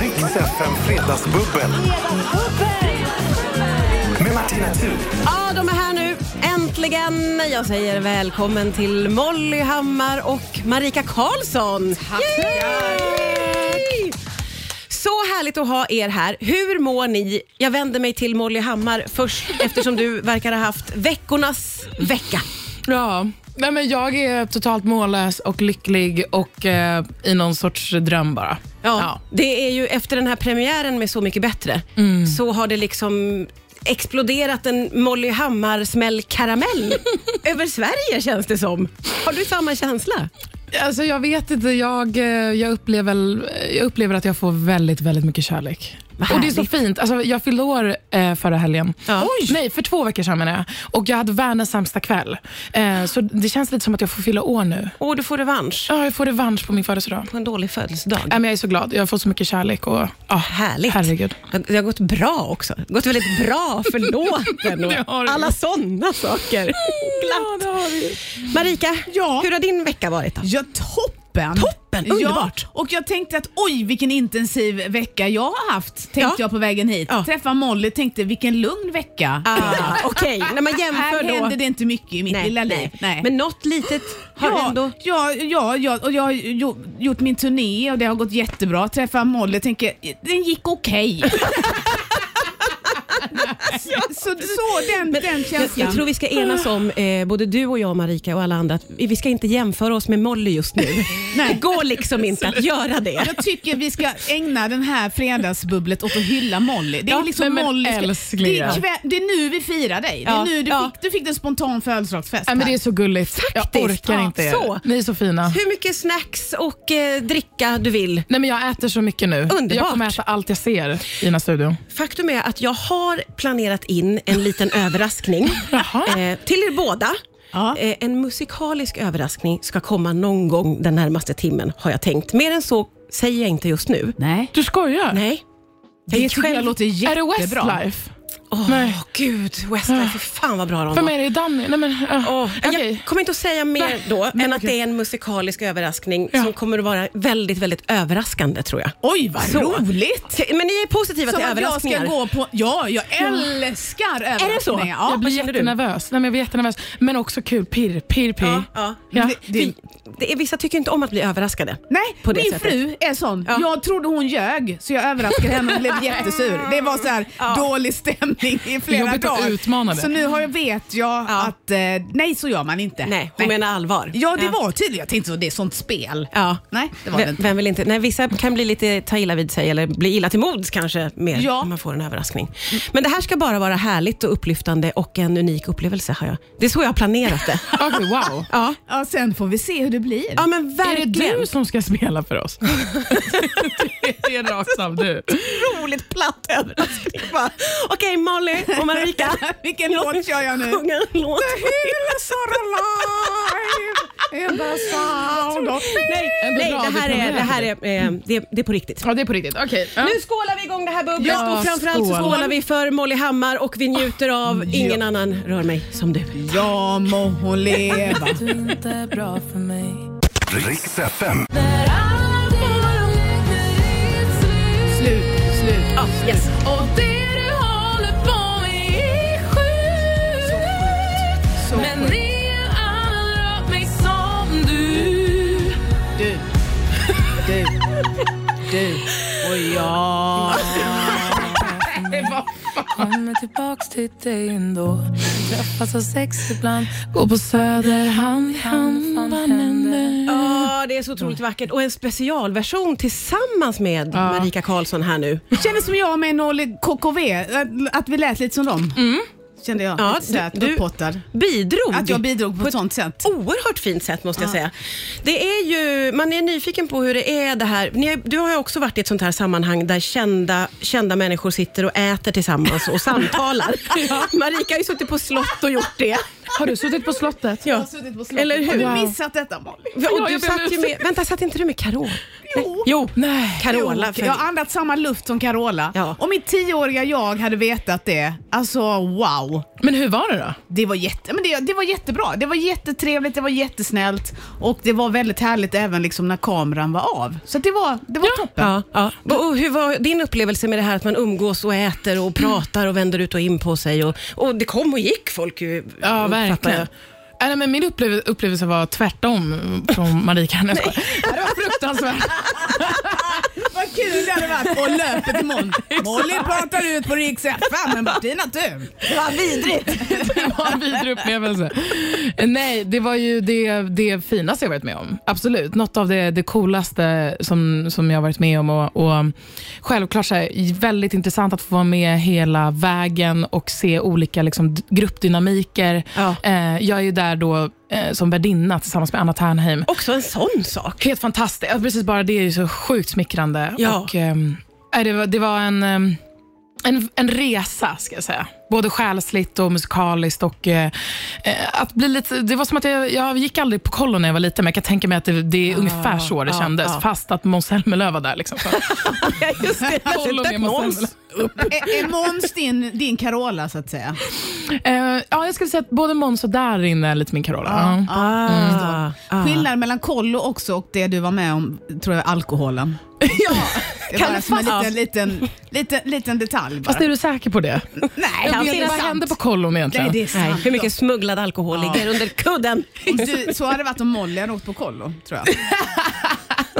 Riks FM Fredagsbubbel med Martina Thun. Ja, de är här nu. Äntligen! Jag säger välkommen till Molly Hammar och Marika Karlsson. Yay! Så härligt att ha er här. Hur mår ni? Jag vänder mig till Molly Hammar först eftersom du verkar ha haft veckornas vecka. Ja. Nej, men jag är totalt mållös och lycklig och eh, i någon sorts dröm bara. Ja, Det är ju efter den här premiären med Så mycket bättre så har det liksom exploderat en Molly Hammar-smäll-karamell över Sverige känns det som. Har du samma känsla? Alltså, jag vet inte, jag, eh, jag, upplever, jag upplever att jag får väldigt, väldigt mycket kärlek. Vad Och Det är så härligt. fint. Alltså, jag fyllde år eh, förra helgen. Ja. Oj. Nej, för två veckor sedan menar jag. Och jag hade världens sämsta kväll. Eh, så det känns lite som att jag får fylla år nu. Och du får revansch Ja, jag får revansch på min födelsedag. på en dålig födelsedag. Nej, men jag är så glad. Jag har fått så mycket kärlek. Och, ja, Härligt. Herregud. Det har gått bra också. Det har gått väldigt bra för låten Det har och det. alla sådana saker. Glatt. Marika, Ja. hur har din vecka varit? Då? Ja, toppen! Toppen, underbart. Ja, och jag tänkte att oj vilken intensiv vecka jag har haft, tänkte Ja. jag på vägen hit. Ja. Träffa Molly, tänkte vilken lugn vecka. Ah, Okej, när man Här jämför då. hände det inte mycket i mitt lilla liv. Nej. Men något litet har ja, ändå... ja, ja, ja, och jag har jo- gjort min turné och det har gått jättebra. Träffa Molly, tänker den gick okej. så, så, så den, den Jag, känslan. jag tror vi ska enas om, eh, både du och jag Marika och alla andra, att vi ska inte jämföra oss med Molly just nu. Nej. Det går liksom inte att göra det. Jag tycker vi ska ägna den här fredagsbubblet åt att hylla Molly. Det är Ja, liksom nej men Molly ska, älskling. det, är kväll, det är nu vi firar dig. Det Ja, är nu du, ja. fick, du fick en spontan födelsedagsfest. Nej, men det är här. så gulligt. Jag Faktiskt. orkar Ja, inte er. så. Ni är så fina. Hur mycket snacks och eh, dricka du vill. Nej, men jag äter så mycket nu. Underbart. Jag kommer äta allt jag ser i den här studion. Faktum är att jag har planerat in en liten överraskning Jaha. eh, till er båda. Ja. Eh, en musikalisk överraskning ska komma någon gång den närmaste timmen har jag tänkt. Mer än så säger jag inte just nu. Nej. Du skojar? Nej. Jag gick tycker jag låter Är det jättebra. Westlife? Åh Nej. gud, Westlife, fy fan vad bra de För var. mig är det Danny. Nej, men, uh, Åh, okej. Jag kommer inte att säga mer Nej, då men än att okej. det är en musikalisk överraskning Ja. som kommer att vara väldigt, väldigt överraskande tror jag. Oj vad Så. roligt! Men ni är positiva Som till att jag överraskningar? ska gå på... Ja, jag älskar överraskningar. så? Ja. Jag blir känner du? jättenervös. Nej, men jag blir jättenervös. Men också kul. Pirr, pirr, pirr. Ja, ja. Ja. Det, det, det är, vissa tycker inte om att bli överraskade. Nej, På det min sättet. fru är sån. Ja. Jag trodde hon ljög så jag överraskade henne och blev jättesur. Det var så här dålig stämning i flera Jobbigt att dagar. utmana det. Så nu har jag, vet jag Ja. att eh, nej så gör man inte. Nej, hon menar allvar. Ja det var tydligt. Jag tänkte så det är sånt spel. Ja. Nej det var det Vem, inte. vem vill inte? Nej, vissa kan bli lite, ta illa vid sig eller bli illa till mods kanske mer Ja. om man får en överraskning. Men det här ska bara vara härligt och upplyftande och en unik upplevelse har jag. Det är så jag har planerat det. Okej, wow. ja. Ja, sen får vi se hur det blir. ja, men Är det verkligen. du som ska spela för oss? det är rakt av du. otroligt platt överraskning. Bara, Okej, Molly och Marika. Vilken låt kör jag nu? Sjunga en låt. Hills are alive in the sound of... Nej, Ändå nej bra, det, vi här tar är, med det här är, eh, det, det är på riktigt. Ja, det är på riktigt. Okej. Ja. Nu skålar vi igång det här bubblet Ja, och framförallt så skål. skålar vi för Molly Hammar och vi njuter av Ingen annan rör mig som du. Ja må hon leva. Riks FM. Slut, slut. Ja, yes. Så skönt. Du, du, du och jag. Kommer tillbaks till dig ändå Träffas av sex ibland Gå på Söder hand i hand. Fan vad händer? händer? Ja, det är så otroligt vackert och en specialversion tillsammans med Marika Karlsson här nu. Kändes som jag med Nolly KKV, att- att vi lät lite som dem. Kände jag. Mm. Ja, lite sådär, du- Oh, du- upphottad. Bidrog. Att jag bidrog på ett sånt sätt. oerhört fint sätt måste jag säga. Det är ju, man är nyfiken på hur det är det här. Ni, har- du har ju också varit i ett sånt här sammanhang där kända, kända människor sitter och äter tillsammans och samtalar. Marika har ju suttit på slott och gjort det. Har du suttit på slottet? Ja. Jag har suttit på slottet. Eller hur? Har Wow. du missat detta Molly? Och Ja, du jag ber om satt ju med, vänta, satt inte du med Carola? Jo. Jo, Nej. Carola. Jo, För, Jag har andats samma luft som Carola. Ja. Om mitt tioåriga jag hade vetat det, alltså wow. Men hur var det då? Det var, jätte, men det, det var jättebra. Det var jättetrevligt, det var jättesnällt och det var väldigt härligt även liksom när kameran var av. Så att det var, det var toppen. ja, ja. Och och hur var din upplevelse med det här att man umgås och äter och pratar och vänder ut och in på sig? Och, och det kom och gick folk ju. Ja, uppfattar jag. verkligen. Äh, Nej, men min upplev- upplevelse var tvärtom från Marika. Nej, jag skojar. det var fruktansvärt. Vad kul det hade varit på löpet imorgon. Molly pratar ut på riks FM, men Martina Thun. Vad vidrigt. Det var en vidrig upplevelse. Nej, det var ju det, det finaste jag varit med om. Absolut. Något av det, det coolaste som, som jag varit med om. Och, och Självklart så här, väldigt intressant att få vara med hela vägen och se olika liksom, d- gruppdynamiker. Ja. Eh, jag är ju där då eh, som värdinna tillsammans med Anna Ternheim. Också en sån sak. Helt fantastiskt. Ja, Precis bara det är ju så sjukt smickrande. Ja. Och, ehm, nej, det, var, det var en, ehm, en, en resa, ska jag säga. Både själsligt och musikaliskt. Och, eh, eh, att bli lite, det var som att jag, jag gick aldrig på kollo när jag var liten, men jag kan tänka mig att det, det är Ah, ungefär så det ja, kändes. ja. Fast att Måns Zelmerlöw var där. Liksom. Så, Ja, just det. kollo med Måns Zelmerlöw. Är, är Måns din, din Carola så att säga? Eh, ja, jag skulle säga att både Måns och Darin är lite min Carola. Ja. ah. Ah, ah. Skillnad mellan kollo också och det du var med om, tror jag, alkoholen. Ja. Det Kan var det som en fast- liten, liten, liten, liten detalj bara. Fast är du säker på det? Nej, Jag det vet, är vad sant. hände på kollon egentligen? Nej, det är Nej, sant. hur mycket smugglad alkohol Ja. ligger under kudden? Om du, så hade det varit om Molly hade åkt på kollo, tror jag.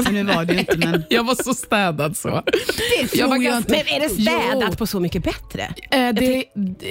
Men nu var det ju inte, men Jag var så städad så. det tror var jag, ganska- inte. Men är det städat på Så mycket bättre? Eh, det,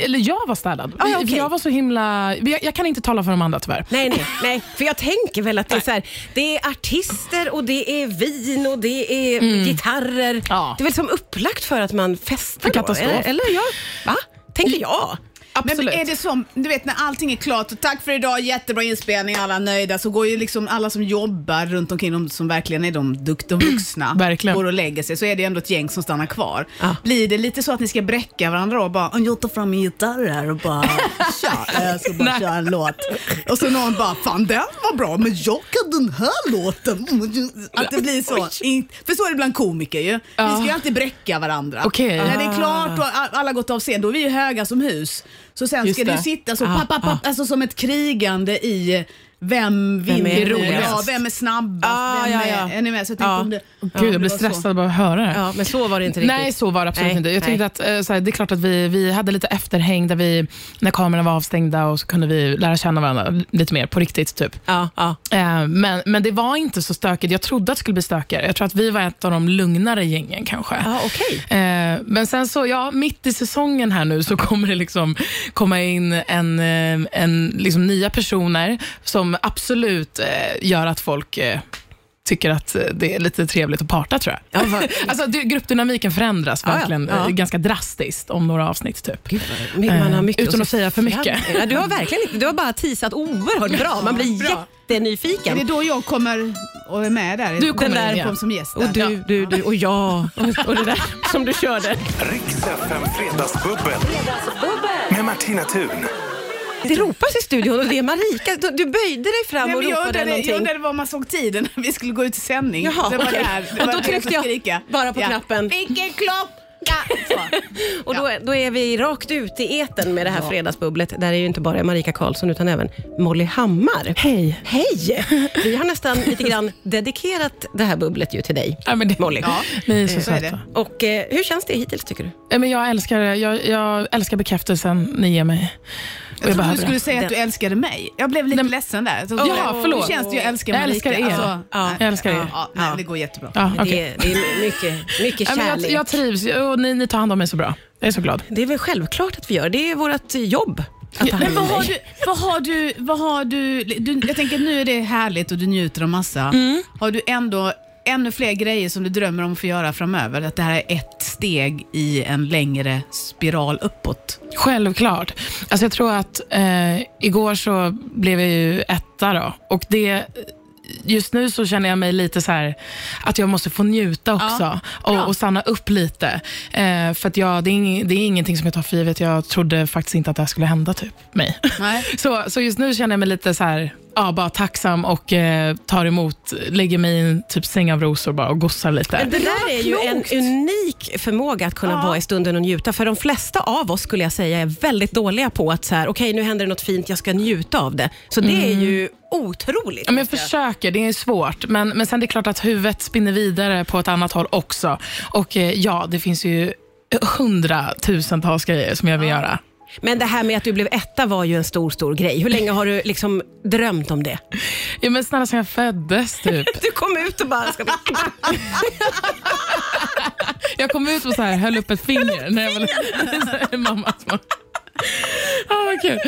eller jag var städad. Ah, ja, Vi- okej. Jag var så himla... Jag, jag kan inte tala för de andra tyvärr. Nej, nej, nej. För jag tänker väl att det är, så här, det är artister och det är vin och det är gitarrer. Ja. Det är väl som upplagt för att man festar En då? katastrof. Eller, Eh, eller ja, va? Tänker jag. Absolut. Men är det som, du vet när allting är klart och tack för idag, jättebra inspelning, alla är nöjda, så går ju liksom alla som jobbar runt omkring, de som verkligen är de dukt- de vuxna, Verkligen. går och lägger sig, så är det ändå ett gäng som stannar kvar. Ja. Blir det lite så att ni ska bräcka varandra och bara, jag tar fram min gitarr här och bara, tja, jag ska bara Nej. köra en låt. Och så någon bara, fan den var bra, men jag kan den här låten. Att det blir så. In- För så är det bland komiker ju. Vi ska ju alltid bräcka varandra. Okej. När det är Ah. klart och a- alla gått av scen, då är vi ju höga som hus. Så sen Just ska det det. ju sitta så, Ah, papp, papp, papp, alltså som ett krigande i vem vinner, är roligast? ja, vem är snabbast, Ah, vem ja, är, ja. Ah. är ni med? Så jag tänkte Ja. om det, om Gud, det jag blir var så. stressad bara att höra det. Ja, men så var det inte riktigt. Nej, så var det absolut Nej, inte. Jag tyckte nej. att, eh, så här, det är klart att vi, vi hade lite efterhäng där vi, när kamerorna var avstängda och så kunde vi lära känna varandra lite mer på riktigt. Typ. Ja, ja. Eh, Men, men det var inte så stökigt. Jag trodde att det skulle bli stökigare. Jag tror att vi var ett av de lugnare gängen kanske. Ja, okej. Eh, Men sen så, ja, mitt i säsongen här nu så kommer det liksom komma in en, eh, en liksom nya personer som absolut eh, gör att folk eh, tycker att eh, det är lite trevligt att parta tror jag. alltså, det, gruppdynamiken förändras Ja, ja. verkligen Ja. eh, ganska drastiskt om några avsnitt. Typ. Gud, vad- man har Eh, mycket utan se att säga för mycket. fram emot. Ja, du har verkligen inte, du har bara teasat oerhört bra. Man blir Bra. Är jättenyfiken. det då jag kommer och är med där? Du kommer Den där in, ja. kom som gäst. Och där. du, du, du och jag och, och det där som du körde. Riks FM Fredagsbubbel. Med Martina Thun. Det ropas i studion och det är Marika. Du, du böjde dig fram Nej, och men jag, ropade undrade, någonting. jag undrade var man såg tiden när vi skulle gå ut i sändning. Jaha, det var okej. där, det Och var då där jag tryckte jag skrika. bara på knappen. Vilken klocka! Så. Och då, då är vi rakt ut i eten med det här fredagsbubblet. Där är ju inte bara Marika Karlsson utan även Molly Hammar. Hej. Hej! Vi har nästan lite grann dedikerat det här bubblet ju till dig, Ja, men det, Molly. Ja, Ni är så, så söta. är det. Och eh, hur känns det hittills tycker du? Nej, men jag, älskar, jag, jag älskar bekräftelsen ni ger mig. Och Jag trodde behöver du det. skulle säga att du älskade mig. Jag blev lite Nej, men- ledsen där. Så, Ja, förlåt. Nu känns det jag älskar Jag Marika. älskar Alltså, er. Ja, nej. jag älskar er. Ja, nej, det går jättebra. Ja, okej. Det, är- det är mycket, mycket Ja, men jag, kärlek. jag trivs och ni, ni tar hand om mig så bra. Jag är så glad. Det är väl självklart att vi gör. Det är vårt jobb att ta Men hand vad om har dig. du, vad har du, vad har du, du jag tänker att nu är det härligt och du njuter av massa. Mm. Har du ändå ännu fler grejer som du drömmer om att få göra framöver? Att det här är ett steg i en längre spiral uppåt? Självklart. Alltså jag tror att eh, igår så blev jag ju etta då, och det just nu så känner jag mig lite så här att jag måste få njuta också bra. och, och stanna upp lite. Eh, för att jag, det, är ing, det är ingenting som jag tar för givet. Jag trodde faktiskt inte att det här skulle hända typ mig. Nej. så, så just nu känner jag mig lite så här, ja, bara tacksam och eh, tar emot, lägger mig i en typ säng av rosor bara och gossar lite. Det där är ju en unik förmåga att kunna vara i stunden och njuta. För de flesta av oss skulle jag säga är väldigt dåliga på att så här, okej nu händer det något fint, jag ska njuta av det. Så det är ju otroligt. Ja, men jag försöker, det är svårt. Men, men sen det är klart att huvudet spinner vidare på ett annat håll också. Och eh, ja, det finns ju hundratusentals grejer som jag vill göra. Men det här med att du blev etta var ju en stor, stor grej. Hur länge har du liksom drömt om det? Ja, men snälla sen jag föddes typ. Du kom ut och bara, ska bli... Jag kom ut och så här, höll upp ett finger när jag var liten. Mamma små. Ja, vad kul.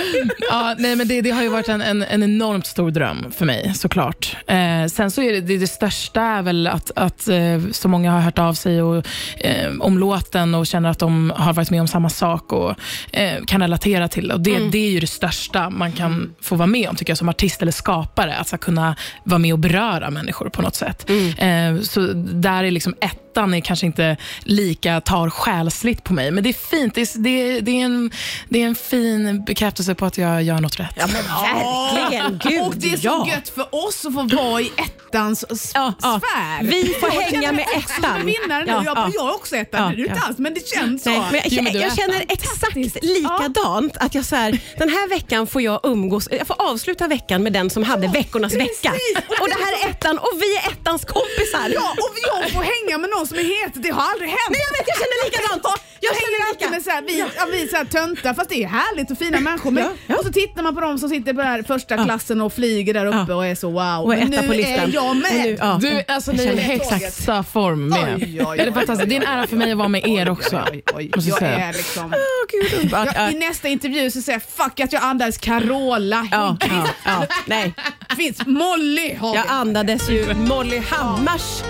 Ja, nej, men det, det har ju varit en, en, en enormt stor dröm för mig, såklart. Eh, sen så är det det, det största är väl att, att eh, så många har hört av sig och, eh, om låten och känner att de har varit med om samma sak och eh, kan relatera till det. Och det, det är ju det största man kan få vara med om, tycker jag, som artist eller skapare. Att så här, kunna vara med och beröra människor på något sätt. Mm. Eh, så där är liksom ett ettan är kanske inte lika tar själsligt på mig, men det är fint. Det är, det är, det är, en, det är en fin bekräftelse på att jag gör något rätt. verkligen, gud Och det är så ja. gött för oss att få vara i ettans s- Ja, ja. sfär. Vi får hänga känner med mig också ettan. som Vinnare nu. Ja, jag, ja. bara, jag är också ettan, Ja, det är du inte ja. alls, men det känns så. Nej, men jag, Jo, men du jag, är känner fan. exakt likadant. Att jag så här, den här veckan får jag umgås, jag får avsluta veckan med den som hade veckornas vecka. Och det här är ettan och vi är ettans kompisar. Ja, och jag får hänga med någon som är het, det har aldrig hänt. Nej, jag vet, jag känner likadant. Jag hänger känner alltid lika. med så här, vi, ja. vi är så här töntar, fast det är härligt och fina människor. Men, Och så tittar man på dem som sitter på den här första klassen och flyger där uppe Ja. och är så wow. Och är men etta nu på listan. är jag med. Nu, ja. Du, alltså ni Jag är känner högsta form med. Oj, oj, oj, är det, fantastiskt? det är en ära för mig att vara med er också. Oj, oj, oj. måste jag Jag säga. är liksom... Åh, gud, underbart. Jag, I nästa intervju så säger jag fuck att jag andades Carola. Ja, ja, ja, nej. Finns Molly har Jag vi. andades ju Molly Hammars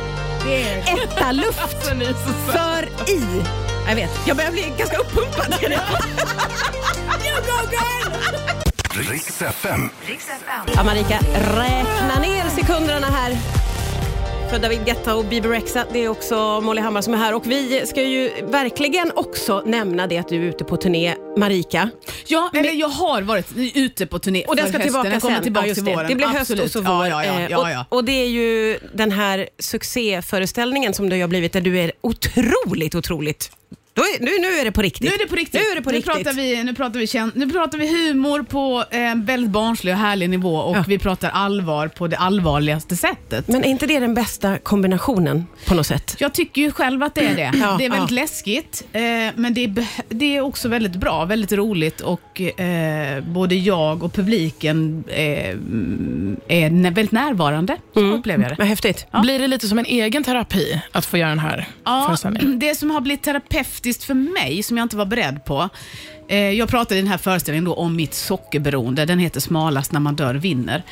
Det är- ettaluft. För i. Jag vet, jag börjar bli ganska uppumpad. känner jag. Riks FM. Ja, Marika, räkna ner sekunderna här. För David Guetta och Bieber Rexa, det är också Molly Hammar som är här. Och vi ska ju verkligen också nämna det att du är ute på turné, Marika. Ja, eller jag har varit ute på turné Och den för ska hösten. tillbaka den kommer sen. tillbaka Ja, just till det. våren. det blir Absolut. höst och så vår. ja, ja, ja, Eh, ja, ja. Och, och det är ju den här succéföreställningen som du har blivit, där du är otroligt, otroligt... Då är, nu, nu är det på riktigt. Nu är det på Nu riktigt. är det på riktigt. pratar vi, nu, pratar vi kän- nu pratar vi humor på eh, väldigt barnslig och härlig nivå och vi pratar allvar på det allvarligaste sättet. Men är inte det den bästa kombinationen på något sätt? Jag tycker ju själv att det är det. Ja, det är väldigt ja. läskigt, eh, men det är, beh- det är också väldigt bra, väldigt roligt och eh, både jag och publiken eh, mm, är nä- väldigt närvarande, så upplever jag det. Vad häftigt. Blir det lite som en egen terapi att få göra den här Ja, föreställningen? det som har blivit terapeutiskt för mig, som jag inte var beredd på. Eh, jag pratade i den här föreställningen då om mitt sockerberoende. Den heter Smalast när man dör vinner.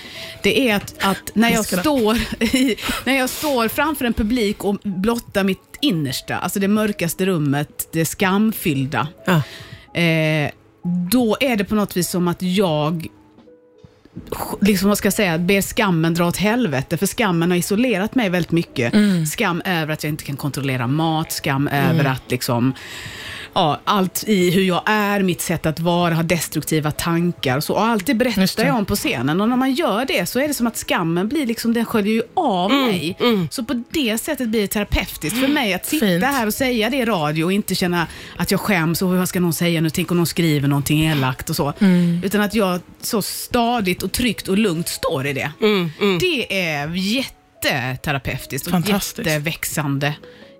Det är att, att när, jag står i, när jag står framför en publik och blottar mitt innersta, alltså det mörkaste rummet, det skamfyllda. Ja. Eh, då är det på något vis som att jag liksom vad ska jag säga, ber skammen dra åt helvete, för skammen har isolerat mig väldigt mycket. Mm. Skam över att jag inte kan kontrollera mat, skam över att liksom, ja, allt i hur jag är, mitt sätt att vara, ha destruktiva tankar och så. Och allt det Just berättar det. jag om på scenen och när man gör det så är det som att skammen blir liksom, den sköljer ju av Mm. mig. Så på det sättet blir det terapeutiskt för mig att sitta Fint. här och säga det i radio och inte känna att jag skäms och vad ska någon säga nu, tänk om någon skriver någonting elakt och så. Mm. Utan att jag så stadigt och tryggt och lugnt står i det. Det är jätteterapeutiskt och Fantastiskt. jätteväxande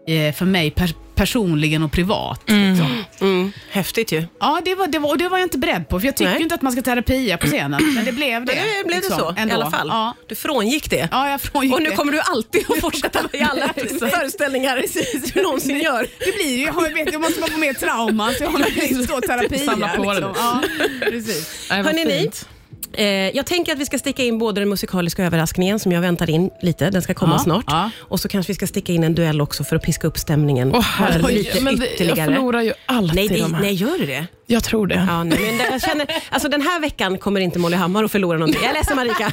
eh, för mig per- personligen och privat. Liksom. Mm. Häftigt ju. Ja, det var, det var, och det var jag inte beredd på, för jag tycker Nej. ju inte att man ska terapia på scenen. Men det blev det. Men nu blev det liksom, så i ändå. alla fall. Ja. Du frångick det. Ja, jag frångick Och nu det. kommer du alltid att fortsätta i alla Precis. föreställningar du någonsin gör. Det blir ju, jag, har, jag vet, jag måste bara få mer trauma så jag har en stor terapi. liksom. Samla på det. Ja, precis. Nej, vad Hörrni, ni. fint. Eh, jag tänker att vi ska sticka in både den musikaliska överraskningen som jag väntar in lite, den ska komma Ja, snart. ja. Och så kanske vi ska sticka in en duell också för att piska upp stämningen Åh, här herregud. lite men det, jag ytterligare. förlorar ju alltid Nej, det, de här. nej, gör du det? Jag tror det. Ja, nej, men det- jag känner, alltså den här veckan kommer inte Molly Hammar att förlora någonting. Jag är ledsen Marika,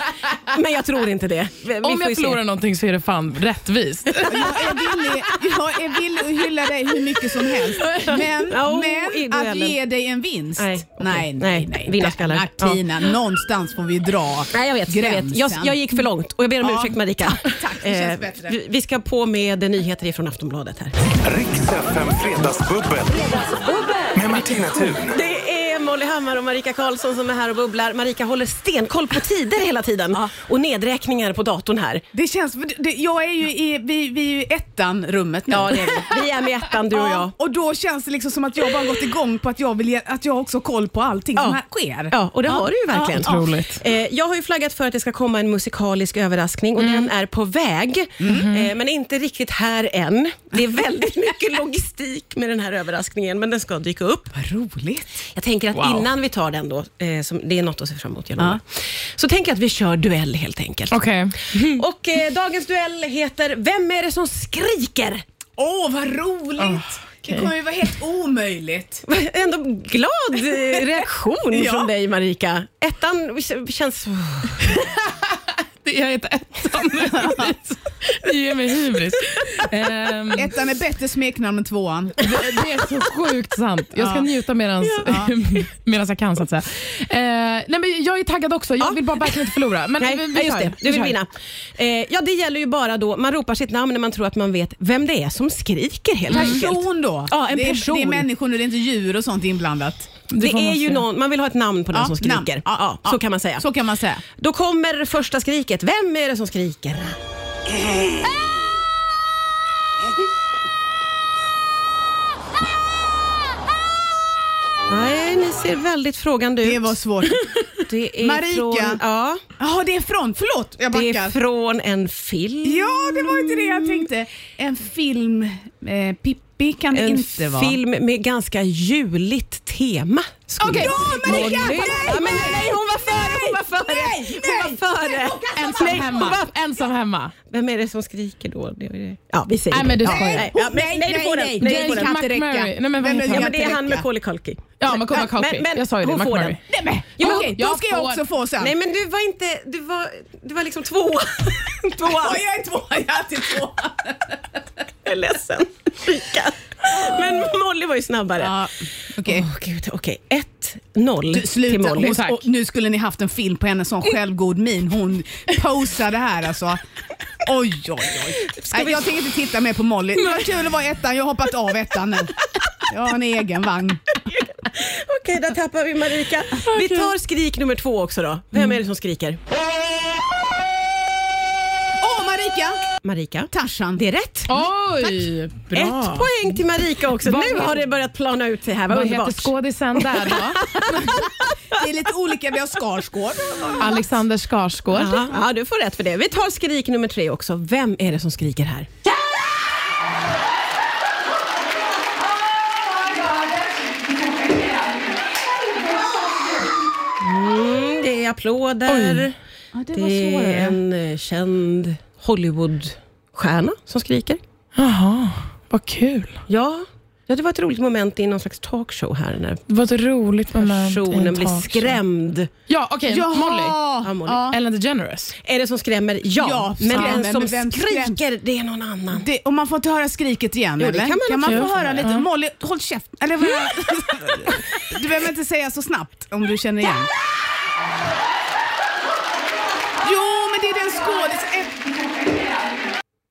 men jag tror inte det. Vi- Vi Om får ju jag se. förlorar någonting så är det fan rättvist. Jag är, villig, jag är villig att hylla dig hur mycket som helst, men, Oh, i men att duellen. ge dig en vinst? Nej, okej. nej, Nej, nej. nej. vinnarskalle. Martina, någonstans får vi dra Nej, jag vet. Jag, gränsen. vet. Jag, jag gick för långt och jag ber om Ja. ursäkt Marika. Eh, tack. Det känns bättre. vi- Vi ska på med nyheter ifrån Aftonbladet här. Riks FM Fredagsbubbel. Med Martina Thun. Det är Molly Hammar och Marika Karlsson som är här och bubblar. Marika håller stenkoll på tider hela tiden och nedräkningar på datorn här. Det känns, det, jag är ju i, vi, vi är ju i ettan rummet nu. Ja, det är vi. Vi är med ettan du och jag. och då känns det liksom som att jag bara gått igång på att jag, vill, ge- att jag också har koll på allting som Ja. här sker. Ja, och det har du ju verkligen. Ja, ja. Otroligt. Eh, jag har ju flaggat för att det ska komma en musikalisk överraskning och den är på väg, eh, men inte riktigt här än. Det är väldigt mycket logistik med den här överraskningen, men den ska dyka upp. Vad roligt. Jag tänker att Wow. innan vi tar den då, eh, som, det är något att se fram emot, jag lovar. Så tänker jag att vi kör duell helt enkelt. Okej. Och eh, dagens duell heter Vem är det som skriker? Åh, vad roligt. Det kommer ju vara helt omöjligt. Ändå glad eh, reaktion Ja. från dig Marika. Ettan k- känns... Det är ett ettan. Det ger mig hybris. Ehm, Ettan är bättre smeknamn än tvåan. det, det är så sjukt sant. Jag ska njuta medans, medans jag kan. Så att säga. Eh, nej, men jag är taggad också. Jag vill bara verkligen inte förlora. Men Nej, vi- vi nej, just kör. det. Du Vi vill kör. vinna. Eh, ja, det gäller ju bara då, man ropar sitt namn när man tror att man vet vem det är som skriker helt Mm. enkelt. Person då? Ja, en det, är, person. det är människor nu, det är inte djur och sånt inblandat. Det får man är ju se. någon, man vill ha ett namn på den Ja, som namn. skriker. Ja, Ja, ja. så kan man säga. Så kan man säga. Då kommer första skriket. Vem är det som skriker? Nej, ni ser väldigt frågande ut. Det var svårt. Det är Marika. Från, ja, Jaha, det är från, förlåt jag det är backar. från en film. Ja, det var inte det jag tänkte. En film, eh, Pippi kan det En inte vara. film med ganska juligt tema. skulle Okej. jag Ja, Marika! säga. Nej, Ja, men nej, hon var före! Hon var före! Nej, hon var före! Ensam Nej, hon hemma. var Ensam hemma. Vem är det som skriker då? Det är det- Ja, vi säger Nej, men du det. skojar. Nej, ja, men- nej, du får den. Nej, du får James den. kan inte räcka. McMurray. Nej, men vad Vem heter är Ja, han? men det är inte han räcka. med Colin Culkin. Ja, men Colin Men- Culkin. men Jag sa ju det. hon får McMurray. den. Nej men, Jo, okej, då jag ska jag får- också få sen. Nej, men du var inte... Du var, du var liksom två. två. Ja, jag är två, jag är till två. Jag är ledsen. Rika. Men Molly var ju snabbare. Ja, okej. Åh, gud, okej. 1-0 Du, till Sluta, Molly. hon, Tack. och nu skulle ni haft en film på henne, sån självgod min. Hon posade här alltså. Oj, oj, oj. Nej, Jag tänker inte titta mer på Molly. Det var kul att vara i ettan, jag har hoppat av ettan nu. Jag har en egen vagn. Okej, där tappar vi Marika. Vi tar skrik nummer två också då. Vem Mm. är det som skriker? Åh Marika! Marika. Tarzan. Det är rätt. Oj, bra. Ett poäng till Marika också. Vad- nu har det börjat plana ut sig här. Vad, Vad heter underbart. skådisen där då? Det är lite olika, vi har Skarsgård. Alexander Skarsgård. Ja, ja, du får rätt för det. Vi tar skrik nummer tre också. Vem är det som skriker här? Mm, det är applåder. det Det är en eh, känd Hollywoodstjärna som skriker. Jaha, vad kul. Ja. ja, det var ett roligt moment i någon slags talkshow här när Det var ett roligt moment. i en personen blir talkshow. skrämd. Ja, okej. Jaha! Molly. Ja, Molly. Ah, Ja. Ellen DeGeneres. Är det som skrämmer? Ja. Ja, men skrämmer, den som men vem skriker, det är någon annan. Det, och man får inte höra skriket igen Jo, det eller? kan man man absolut få höra få lite? göra. Molly, håll käften. Eller, vad- du behöver inte säga så snabbt om du känner igen. Jo, men det är den skådis...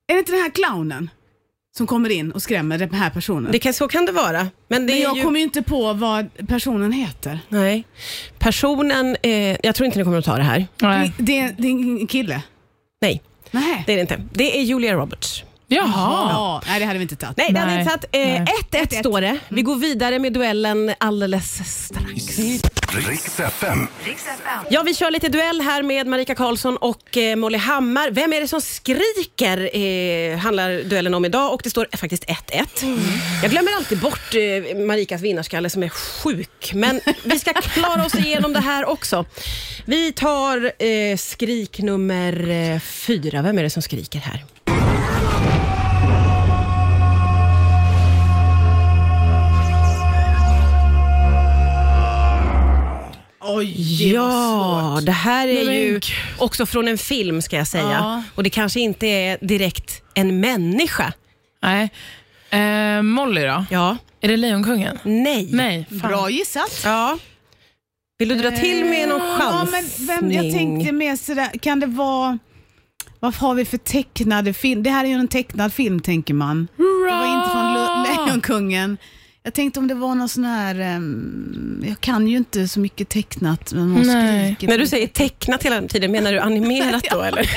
Är det inte den här clownen som kommer in och skrämmer den här personen? Det kan, så kan det vara. Men det men är jag ju... kommer ju inte på vad personen heter. Nej. Personen, eh, jag tror inte ni kommer att ta det här. Det, Nej. det, det är en kille? Nej, Nej. det är det inte. Det är Julia Roberts. Jaha. Ja, nej, det hade vi inte tagit. Nej, det hade Nej, inte satt. nej. Eh, 1-1 står det. Vi går vidare med duellen alldeles strax. Riks FM. Ja, vi kör lite duell här med Marika Karlsson och eh, Molly Hammar. Vem är det som skriker? Eh, handlar duellen om idag och det står faktiskt 1-1. Jag glömmer alltid bort eh, Marikas vinnarskalle som är sjuk, men vi ska klara oss igenom det här också. Vi tar eh, skrik nummer eh, fyra. Vem är det som skriker här? Gud, vad Ja, svårt. det här är Nej, men ju gud. också från en film ska jag säga. Ja. Och det kanske inte är direkt en människa. Nej. Eh, Molly då? Ja, Är det Lejonkungen? nej. Nej, fan. Bra gissat. Ja. Vill du dra till med någon Eh, Ja, chansning? men vem, jag tänkte mer sådär, kan det vara... Vad har vi för tecknade film? Det här är ju en tecknad film tänker man. Det var inte från Le- Lejonkungen. Jag tänkte om det var någon sån här... ehm, jag kan ju inte så mycket tecknat, men man Nej. skriker. När du säger tecknat hela tiden, menar du animerat då eller?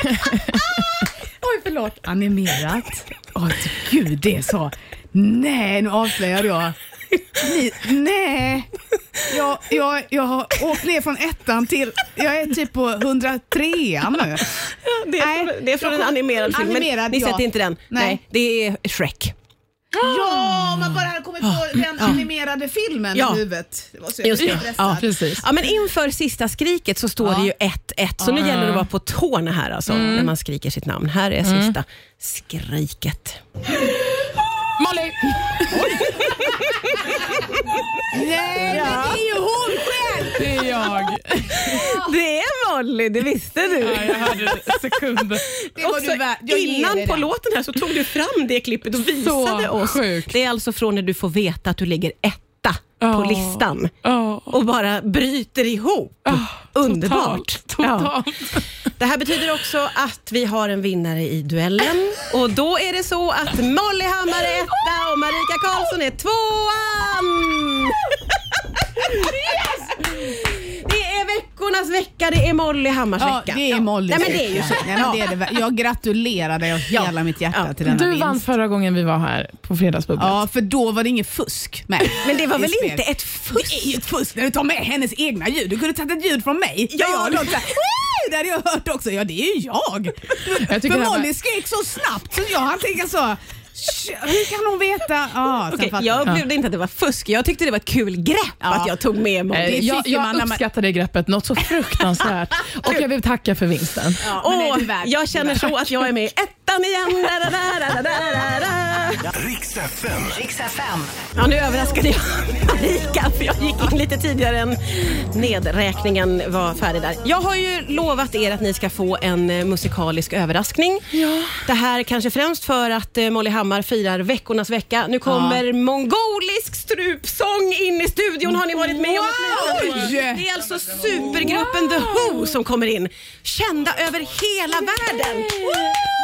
Oj, förlåt. Animerat. Åh, gud, det sa... Nej, nu avslöjar jag. Ni, nej. Jag, jag, jag har åkt ner från ettan till... Jag är typ på 103 nu. Det är, Nej. från, det är från en animerad film, men Animerad, ni ja. sätter inte den. Nej. Nej. det är Shrek. Ja, om man bara hade kommit på den animerade filmen Ja. i huvudet. Det var så Just jag det. blev stressad. Ja, precis. Ja, men inför sista skriket så står det ju 1-1, så nu gäller det att vara på tårna här alltså, när man skriker sitt namn. Här är sista skriket. Molly! Nej, men det är ju hon själv! Det är jag. Det är Molly, det visste du. Ja, jag hörde det. sekund. Det var Också du värd. Jag ger innan dig på det. låten här så tog du fram det klippet och visade oss. sjukt. Det är alltså från när du får veta att du ligger etta på Ja. listan Ja. och bara bryter ihop. Ah, Underbart. Totalt. totalt. Ja. Det här betyder också att vi har en vinnare i duellen och då är det så att Molly Hammar är etta och Marika Karlsson är tvåan. Det är veckornas vecka, det är Molly Hammars Ja, vecka. det är Molly. Nej, men det är ju så. Nej, men det är det. vä- Jag gratulerar dig av hela mitt hjärta Ja. till denna Du vinst. vann förra gången vi var här på Fredagsbubblan. Ja, för då var det inget fusk. Nej. Men det var väl spel. inte ett fusk? Det är ju ett fusk när du tar med hennes egna ljud. Du kunde tagit ett ljud från mig. Ja. Ja. Jag låg så här, "Woo!" det hade jag hört också. Ja, det är ju jag. Jag tycker för det här var- Molly skrek så snabbt så jag hann tänka så. "Sh, Hur kan hon veta? Ja, sen Okej, fattar jag upplevde inte att det var fusk. Jag tyckte det var ett kul grepp att jag tog med Eh, Molly. det jag tycker man jag när man- uppskattar det greppet något så fruktansvärt. Och jag vill tacka för vinsten. Ja, men nej, Åh, tyvärr, jag känner tyvärr. så att jag är med i ettan igen. Da, da, da, da, da, da, da. Riks FM. Ja, nu överraskade jag Marika för jag gick in lite tidigare än nedräkningen var färdig där. Jag har ju lovat er att ni ska få en eh, musikalisk överraskning. Det här kanske främst för att eh, Molly Hammar firar veckornas vecka. Nu kommer mongolisk strupsång in i studion. Har ni varit med om något Wow! liknande? Det är alltså supergruppen The Who som kommer in. Kända över hela världen.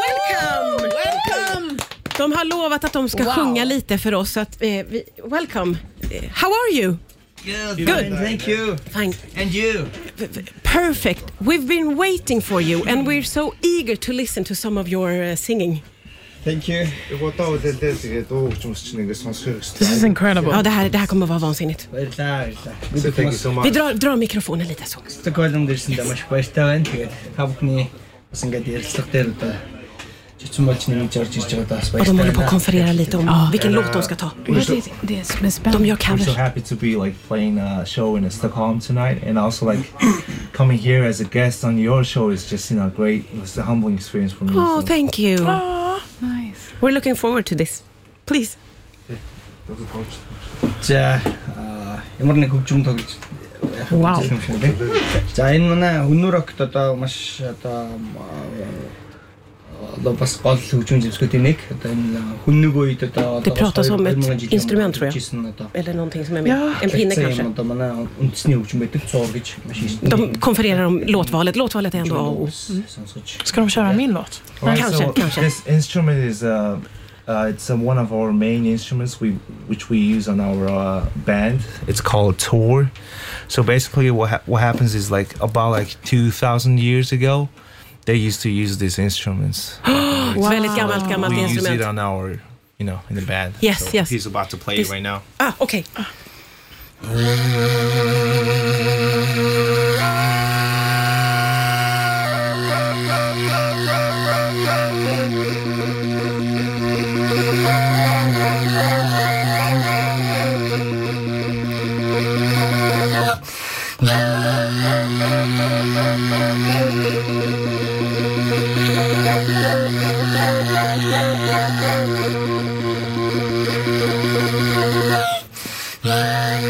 Welcome! Welcome! De har lovat att de ska sjunga lite för oss. Så att, eh, vi, welcome. Eh, How are you? Good. Good. Thank you. Fine. And you. Perfect. We've been waiting for you and we're so eager to listen to some of your uh, singing. Thank you. Готово да десеге долу чум се чинеге сон This is incredible. Ja, det här, det här kommer att vara vansinnigt. Vänta, vänta. Vi drar, drar mikrofonen lite så. Stockholm дэжсэндээ маш баяртай байна. Тэгээд та бүхний бас ингээд ярилцлага дээр одоо чичэн болж нэг зорж ирж байгаа бас Och de håller баяртай på att konferera lite om vilken låt de ska ta. Det, det är som är De spännande. gör I'm so covers. happy to be like playing a show in Stockholm tonight, and also like coming here as a guest on your show is just you know great. It was a humbling experience for me. Oh, so. thank you. Nice. We're looking forward to this. Please. За а, ямар нэг хөгжим тоглож Вау. За энэ манай өнөр огт одоо маш одоо м, а, одоо бас гол хөгжим зэвсгүүдийн нэг одоо энэ хүннэг үед одоо Тэ протос одоо om ett 2000 жилийн instrument, tror jag. хөгжижсэн одоо Eller någonting som är med. En pinne Тэгсэн юм kanske. Одоо манай үндэсний хөгжим байдаг цуур гэж маш их De konfererar om låtvalet. Låtvalet är ändå A och O. сонсгож. Ska de köra min låt? Kanske, kanske. This instrument is uh, uh, it's uh, one of our main instruments we which we use on our uh, band. It's called Tor. So basically, what ha- what happens is like about like two thousand years ago, they used to use these instruments. Väldigt gammalt, gammalt we use instrument. it on our, you know, in the band. Yes, yes. He's about to play He's- it right now. Ah, okej. Thank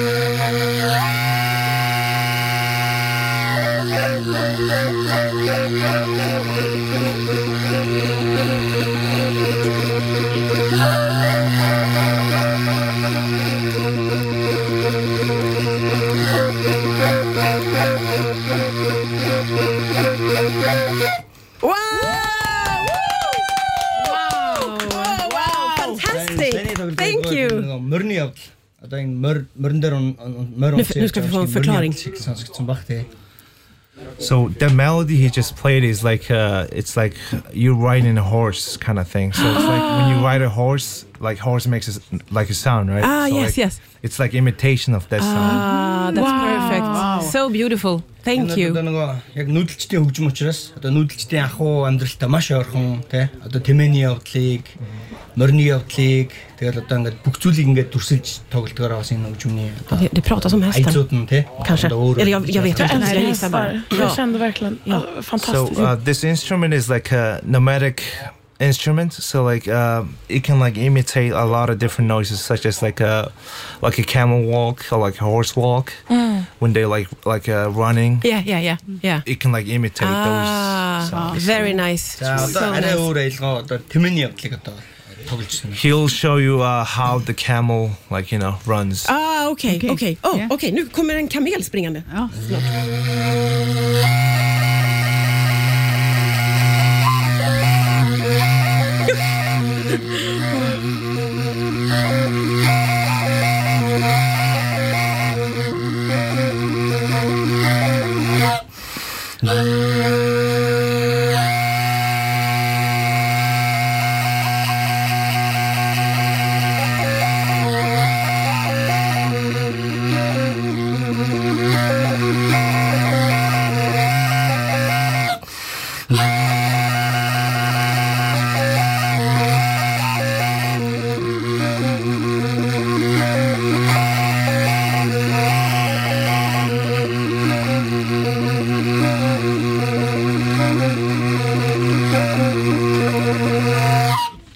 Мөр Thank дээр you. нөгөө мөрний явдал. Одоо энэ мөр мөрөн дээр ун- ун- мөр унцсан. nu ska vi få en förklaring. Сонсгдсан баг тий. So the melody he just played is like uh, it's like you riding a horse kind of thing. So it's like when you ride a horse, like horse makes a s like a sound, right? Ah, so yes, like, yes. It's like imitation of that sound. Ah, that's perfect. So beautiful. Thank Энэ you. Одоо нөгөө яг нүүдэлчдийн хөгжим учраас одоо нүүдэлчдийн ахуй амьдралтай маш ойрхон тий. Одоо тэмээний явдлыг, мөрний явдлыг тэгэл одоо ингээд бүх зүйлийг ингээд дүрсэлж тоглодгоор бас энэ хөгжимний одоо Det, det pratas om hästen. айцууд нь тий. Kanske. Одоо өөр- Eller jag, jag vet Jag inte. älskar Jag gissar hästar. bara. Jag Ja. kände verkligen, ja. So fantastiskt. uh, this instrument is like a nomadic instrument. So like uh, it can like imitate a lot of different noises, such as like a like a camel walk or like a horse walk Mm. when they like like uh, running. Yeah, yeah, yeah. yeah. It can like imitate those Ah, sounds. very nice. За So одоо арай nice. өөр аялгаа одоо тэмээний явдлыг одоо тоглож байна. He'll show you uh, how the camel like you know runs. Ah, okej, Okej. okej. Åh, Ja. Okej, nu kommer en kamel springande. Ja.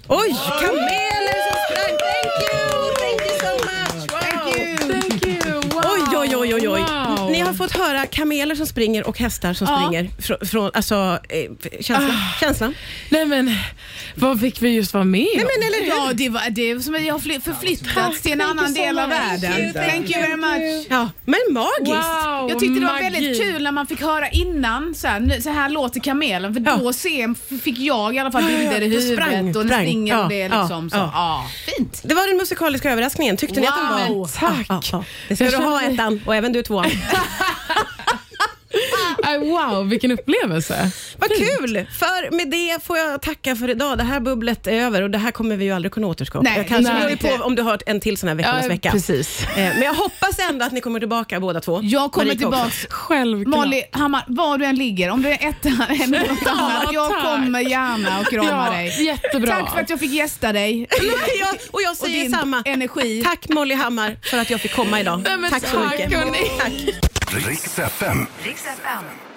Oj, kameler som sprang. Thank you, thank you so much. Wow. Thank you. Wow. Oj, oj, oj, oj, oj. Wow. Ni har fått höra kameler som springer och hästar som Ja. springer. Frå, från, alltså, eh, känslan. känslan. Nej men, vad fick vi just vara med om? Men eller hur? Ja, det, var, det är som att jag har fly- förflyttats till en annan del av världen. Thank you very much. Ja, men magiskt. Wow, Jag tyckte det Oh, var magi. väldigt kul när man fick höra innan så här, nu- så här låter kamelen för Ja. då ser, fick jag i alla fall bilder i ja, då huvudet sprang- och den sprang. springer Ja, och det är ja, liksom så. ja. Ja. Fint. Det var den musikaliska överraskningen. Tyckte ni att den var... Wow. Tack. Ja, ja. Det ska Jag du ha känner- ettan och även du tvåan. Ay, Äh, wow, vilken upplevelse. Vad kul! För med det får jag tacka för idag. Det här bubblet är över och det här kommer vi ju aldrig kunna återskapa. Nej, jag kanske nej. beror ju på om du har hört en till sån här veckornas vecka. precis. Eh, Men jag hoppas ändå att ni kommer tillbaka båda två. Jag kommer Marika också. tillbaks. Självklart. Molly Hammar, var du än ligger, om du är ett eller något annat, jag tack. kommer gärna och krama Ja, dig. jättebra. Tack för att jag fick gästa dig. Nej, jag, och jag säger din samma. energi. Tack Molly Hammar för att jag fick komma idag. Nej, men tack så tack, mycket. hörni. Tack. Riks FM. Riks FM.